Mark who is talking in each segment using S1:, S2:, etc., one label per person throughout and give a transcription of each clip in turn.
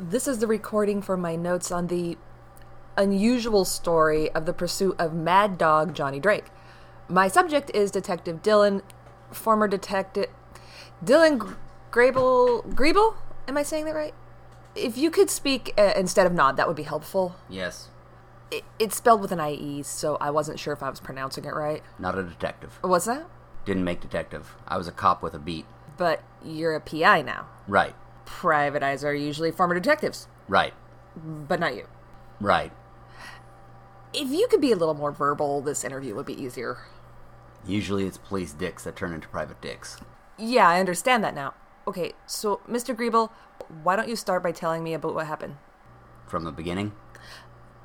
S1: This is the recording for my notes on the unusual story of the pursuit of Mad Dog Johnny Drake. My subject is Detective Dylan, former detective Dylan Gr- Grable. Grable? Am I saying that right? If you could speak uh, instead of nod, that would be helpful.
S2: Yes,
S1: It, it's spelled with an IE, so I wasn't sure if I was pronouncing it right.
S2: not a detective.
S1: What's that?
S2: Didn't make detective. I was a cop with a beat.
S1: But you're a PI now.
S2: Right,
S1: Private eyes are usually former detectives,
S2: right,
S1: but not you.
S2: right.
S1: If you could be a little more verbal, this interview would be easier.
S2: Usually it's police dicks that turn into private dicks.
S1: Yeah, I understand that now. Okay, so, Mr. Griebel, why don't you start by telling me about what happened?
S2: From the beginning,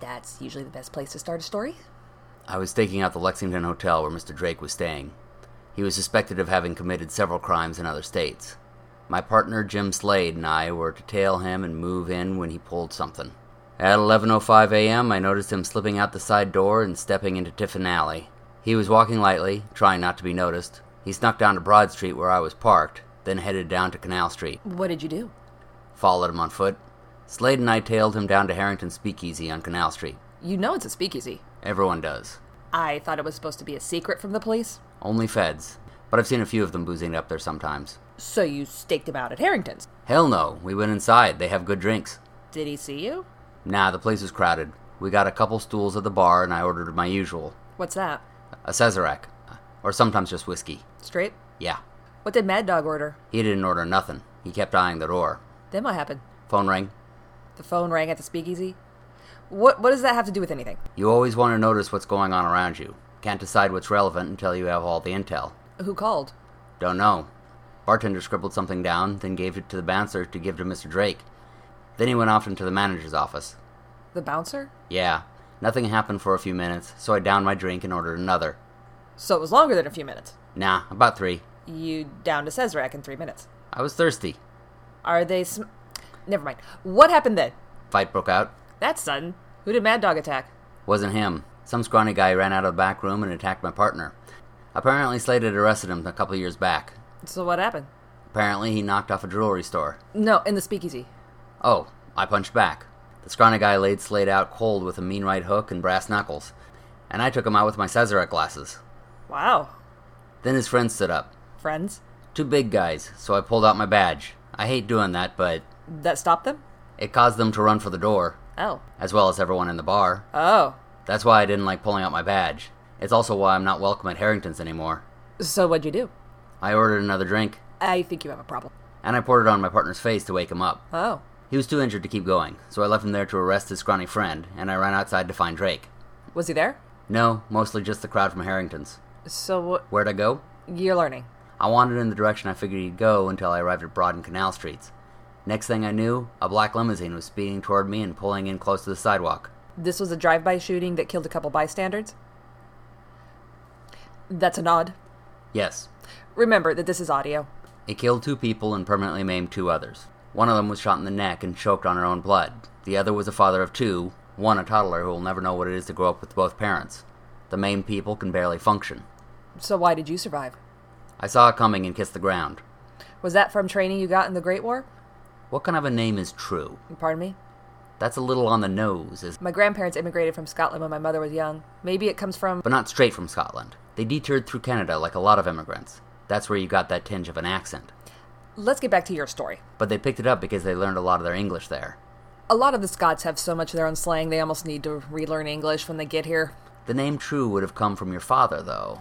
S1: That's usually the best place to start a story.
S2: I was staking out the Lexington Hotel where Mr. Drake was staying. He was suspected of having committed several crimes in other states. My partner Jim Slade and I were to tail him and move in when he pulled something. At 11:05 a.m., I noticed him slipping out the side door and stepping into Tiffin Alley. He was walking lightly, trying not to be noticed. He snuck down to Broad Street where I was parked, then headed down to Canal Street.
S1: What did you do?
S2: Followed him on foot. Slade and I tailed him down to Harrington Speakeasy on Canal Street.
S1: You know it's a speakeasy.
S2: Everyone does.
S1: I thought it was supposed to be a secret from the police.
S2: Only feds. But I've seen a few of them boozing up there sometimes.
S1: So you staked him out at Harrington's.
S2: Hell no, we went inside. They have good drinks.
S1: Did he see you?
S2: Nah, the place was crowded. We got a couple stools at the bar and I ordered my usual
S1: What's that?
S2: a Cesarac. Or sometimes just whiskey.
S1: Straight?
S2: Yeah.
S1: What did Mad Dog order?
S2: He didn't order nothing. He kept eyeing the door.
S1: Then what happened?
S2: Phone rang.
S1: The phone rang at the speakeasy? What, what does that have to do with anything?
S2: You always want to notice what's going on around you. Can't decide what's relevant until you have all the intel.
S1: Who called?
S2: Don't know. Bartender scribbled something down, then gave it to the bouncer to give to Mr. Drake. Then he went off into the manager's office.
S1: The bouncer?
S2: Yeah, nothing happened for a few minutes, so I downed my drink and ordered another.
S1: So it was longer than a few minutes.
S2: Nah, about three.
S1: You down to Cesarac in three minutes.
S2: I was thirsty.
S1: Are they sm- Never mind. What happened then?
S2: Fight broke out.
S1: That's sudden. Who did Mad Dog attack?
S2: Wasn't him. Some scrawny guy ran out of the back room and attacked my partner. Apparently, Slade had arrested him a couple years back.
S1: So what happened?
S2: Apparently, he knocked off a jewelry store.
S1: No, in the speakeasy.
S2: Oh, I punched back. The scrawny guy laid Slade out cold with a mean right hook and brass knuckles, and I took him out with my Cesarec glasses.
S1: Wow.
S2: Then his friend stood up.
S1: Friends?
S2: Two big guys, so I pulled out my badge. I hate doing that, but
S1: That stopped them?
S2: it caused them to run for the door.
S1: Oh.
S2: as well as everyone in the bar.
S1: Oh.
S2: That's why I didn't like pulling out my badge. It's also why I'm not welcome at Harrington's anymore.
S1: So what'd you do?
S2: I ordered another drink,
S1: I think you have a problem.
S2: and I poured it on my partner's face to wake him up.
S1: Oh.
S2: He was too injured to keep going, so I left him there to arrest his scrawny friend, and I ran outside to find Drake.
S1: Was he there?
S2: No, mostly just the crowd from Harrington's.
S1: So what?
S2: Where'd I go?
S1: You're learning.
S2: I wandered in the direction I figured he'd go until I arrived at Broad and Canal Streets. Next thing I knew, a black limousine was speeding toward me and pulling in close to the sidewalk.
S1: This was a drive by shooting that killed a couple bystanders? That's a nod.
S2: Yes,
S1: Remember that this is audio.
S2: It killed two people and permanently maimed two others. One of them was shot in the neck and choked on her own blood. The other was a father of two, one a toddler who will never know what it is to grow up with both parents. The maimed people can barely function.
S1: So why did you survive?
S2: I saw it coming and kissed the ground.
S1: Was that from training you got in the Great War?
S2: What kind of a name is true?
S1: Pardon me?
S2: That's a little on the nose, is
S1: My grandparents immigrated from Scotland when my mother was young. Maybe it comes from.
S2: but not straight from Scotland. They deterred through Canada like a lot of immigrants. That's where you got that tinge of an accent.
S1: Let's get back to your story.
S2: But they picked it up because they learned a lot of their English there.
S1: A lot of the Scots have so much of their own slang they almost need to relearn English when they get here.
S2: The name True would have come from your father, though.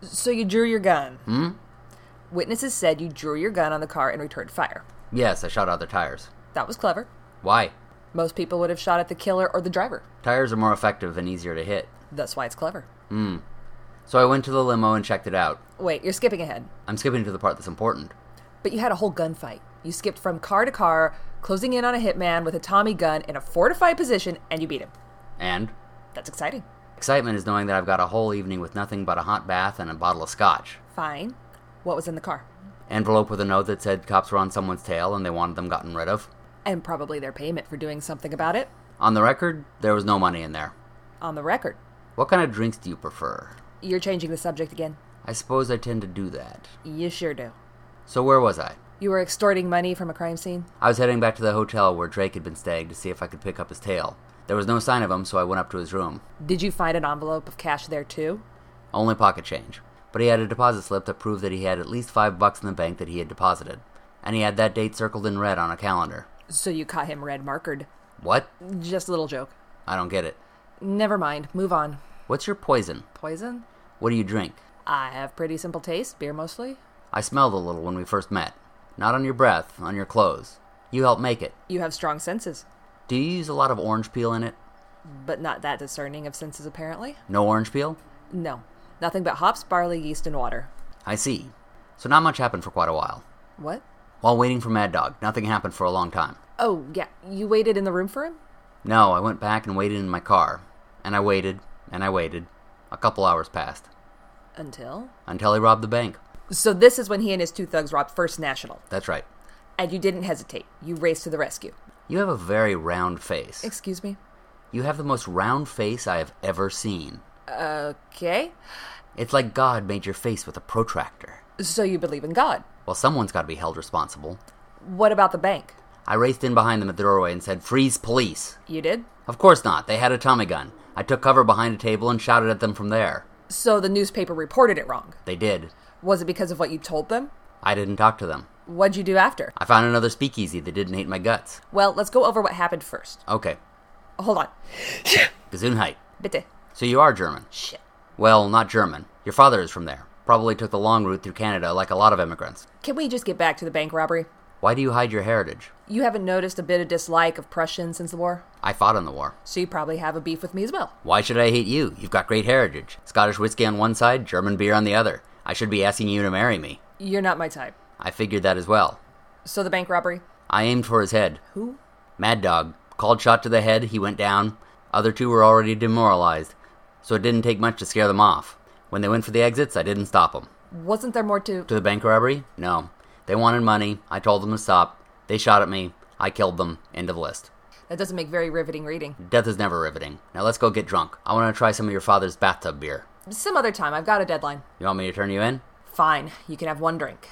S1: So you drew your gun. Hmm? Witnesses said you drew your gun on the car and returned fire.
S2: Yes, I shot out their tires.
S1: That was clever.
S2: Why?
S1: Most people would have shot at the killer or the driver.
S2: Tires are more effective and easier to hit.
S1: That's why it's clever.
S2: So I went to the limo and checked it out.
S1: Wait, you're skipping ahead.
S2: I'm skipping to the part that's important.
S1: But you had a whole gunfight. You skipped from car to car, closing in on a hitman with a Tommy gun in a fortified position, and you beat him.
S2: And
S1: That's exciting.
S2: excitement is knowing that I've got a whole evening with nothing but a hot bath and a bottle of scotch.
S1: Fine. What was in the car?
S2: Envelope with a note that said cops were on someone's tail and they wanted them gotten rid of.
S1: And probably their payment for doing something about it.
S2: On the record, there was no money in there.
S1: On the record.
S2: What kind of drinks do you prefer?
S1: You're changing the subject again.
S2: I suppose I tend to do that.
S1: You sure do.
S2: So where was I?
S1: You were extorting money from a crime scene?
S2: I was heading back to the hotel where Drake had been staying to see if I could pick up his tail. There was no sign of him, so I went up to his room.
S1: Did you find an envelope of cash there too?
S2: Only pocket change. But he had a deposit slip that proved that he had at least five bucks in the bank that he had deposited. And he had that date circled in red on a calendar.
S1: So you caught him red markered.
S2: What?
S1: Just a little joke.
S2: I don't get it.
S1: Never mind. Move on.
S2: What's your poison?
S1: Poison?
S2: What do you drink?
S1: I have pretty simple taste, beer mostly.
S2: I smelled a little when we first met. Not on your breath, on your clothes. You helped make it.
S1: You have strong senses,
S2: Do you use a lot of orange peel in it?
S1: but not that discerning of senses apparently.
S2: No orange peel?
S1: No. Nothing but hops, barley, yeast, and water.
S2: I see. So not much happened for quite a while.
S1: What?
S2: While waiting for Mad Dog, nothing happened for a long time.
S1: Oh, yeah. You waited in the room for him?
S2: No, I went back and waited in my car. And I waited, and I waited. A couple hours passed.
S1: Until.
S2: Until he robbed the bank.
S1: So this is when he and his two thugs robbed First National.
S2: That's right.
S1: And you didn't hesitate. You raced to the rescue.
S2: You have a very round face.
S1: Excuse me?
S2: You have the most round face I have ever seen.
S1: Okay.
S2: It's like God made your face with a protractor.
S1: So you believe in God.
S2: Well, someone's got to be held responsible.
S1: What about the bank?
S2: I raced in behind them at the doorway and said, Freeze police!
S1: You did?
S2: Of course not. They had a Tommy gun. I took cover behind a table and shouted at them from there.
S1: So the newspaper reported it wrong.
S2: They did.
S1: Was it because of what you told them?
S2: I didn't talk to them.
S1: What'd you do after?
S2: I found another speakeasy that didn't hate my guts.
S1: Well, let's go over what happened first.
S2: Okay.
S1: Hold on.
S2: Gesundheit.
S1: Bitte.
S2: So you are German.
S1: Shit.
S2: Well, not German. Your father is from there. Probably took the long route through Canada like a lot of immigrants.
S1: Can we just get back to the bank robbery?
S2: Why do you hide your heritage?
S1: You haven't noticed a bit of dislike of Prussians since the war,
S2: I fought in the war.
S1: so you probably have a beef with me as well.
S2: Why should I hate you? You've got great heritage. Scottish whiskey on one side, German beer on the other. I should be asking you to marry me.
S1: You're not my type.
S2: I figured that as well.
S1: So the bank robbery?
S2: I aimed for his head.
S1: Who?
S2: Mad Dog. Called shot to the head, he went down. Other two were already demoralized, so it didn't take much to scare them off. When they went for the exits, I didn't stop them.
S1: Wasn't there more to.
S2: To the bank robbery? No. They wanted money. I told them to stop. They shot at me. I killed them. End of list.
S1: That doesn't make very riveting reading.
S2: Death is never riveting. Now let's go get drunk. I want to try some of your father's bathtub beer.
S1: Some other time, I've got a deadline.
S2: You want me to turn you in?
S1: Fine, you can have one drink.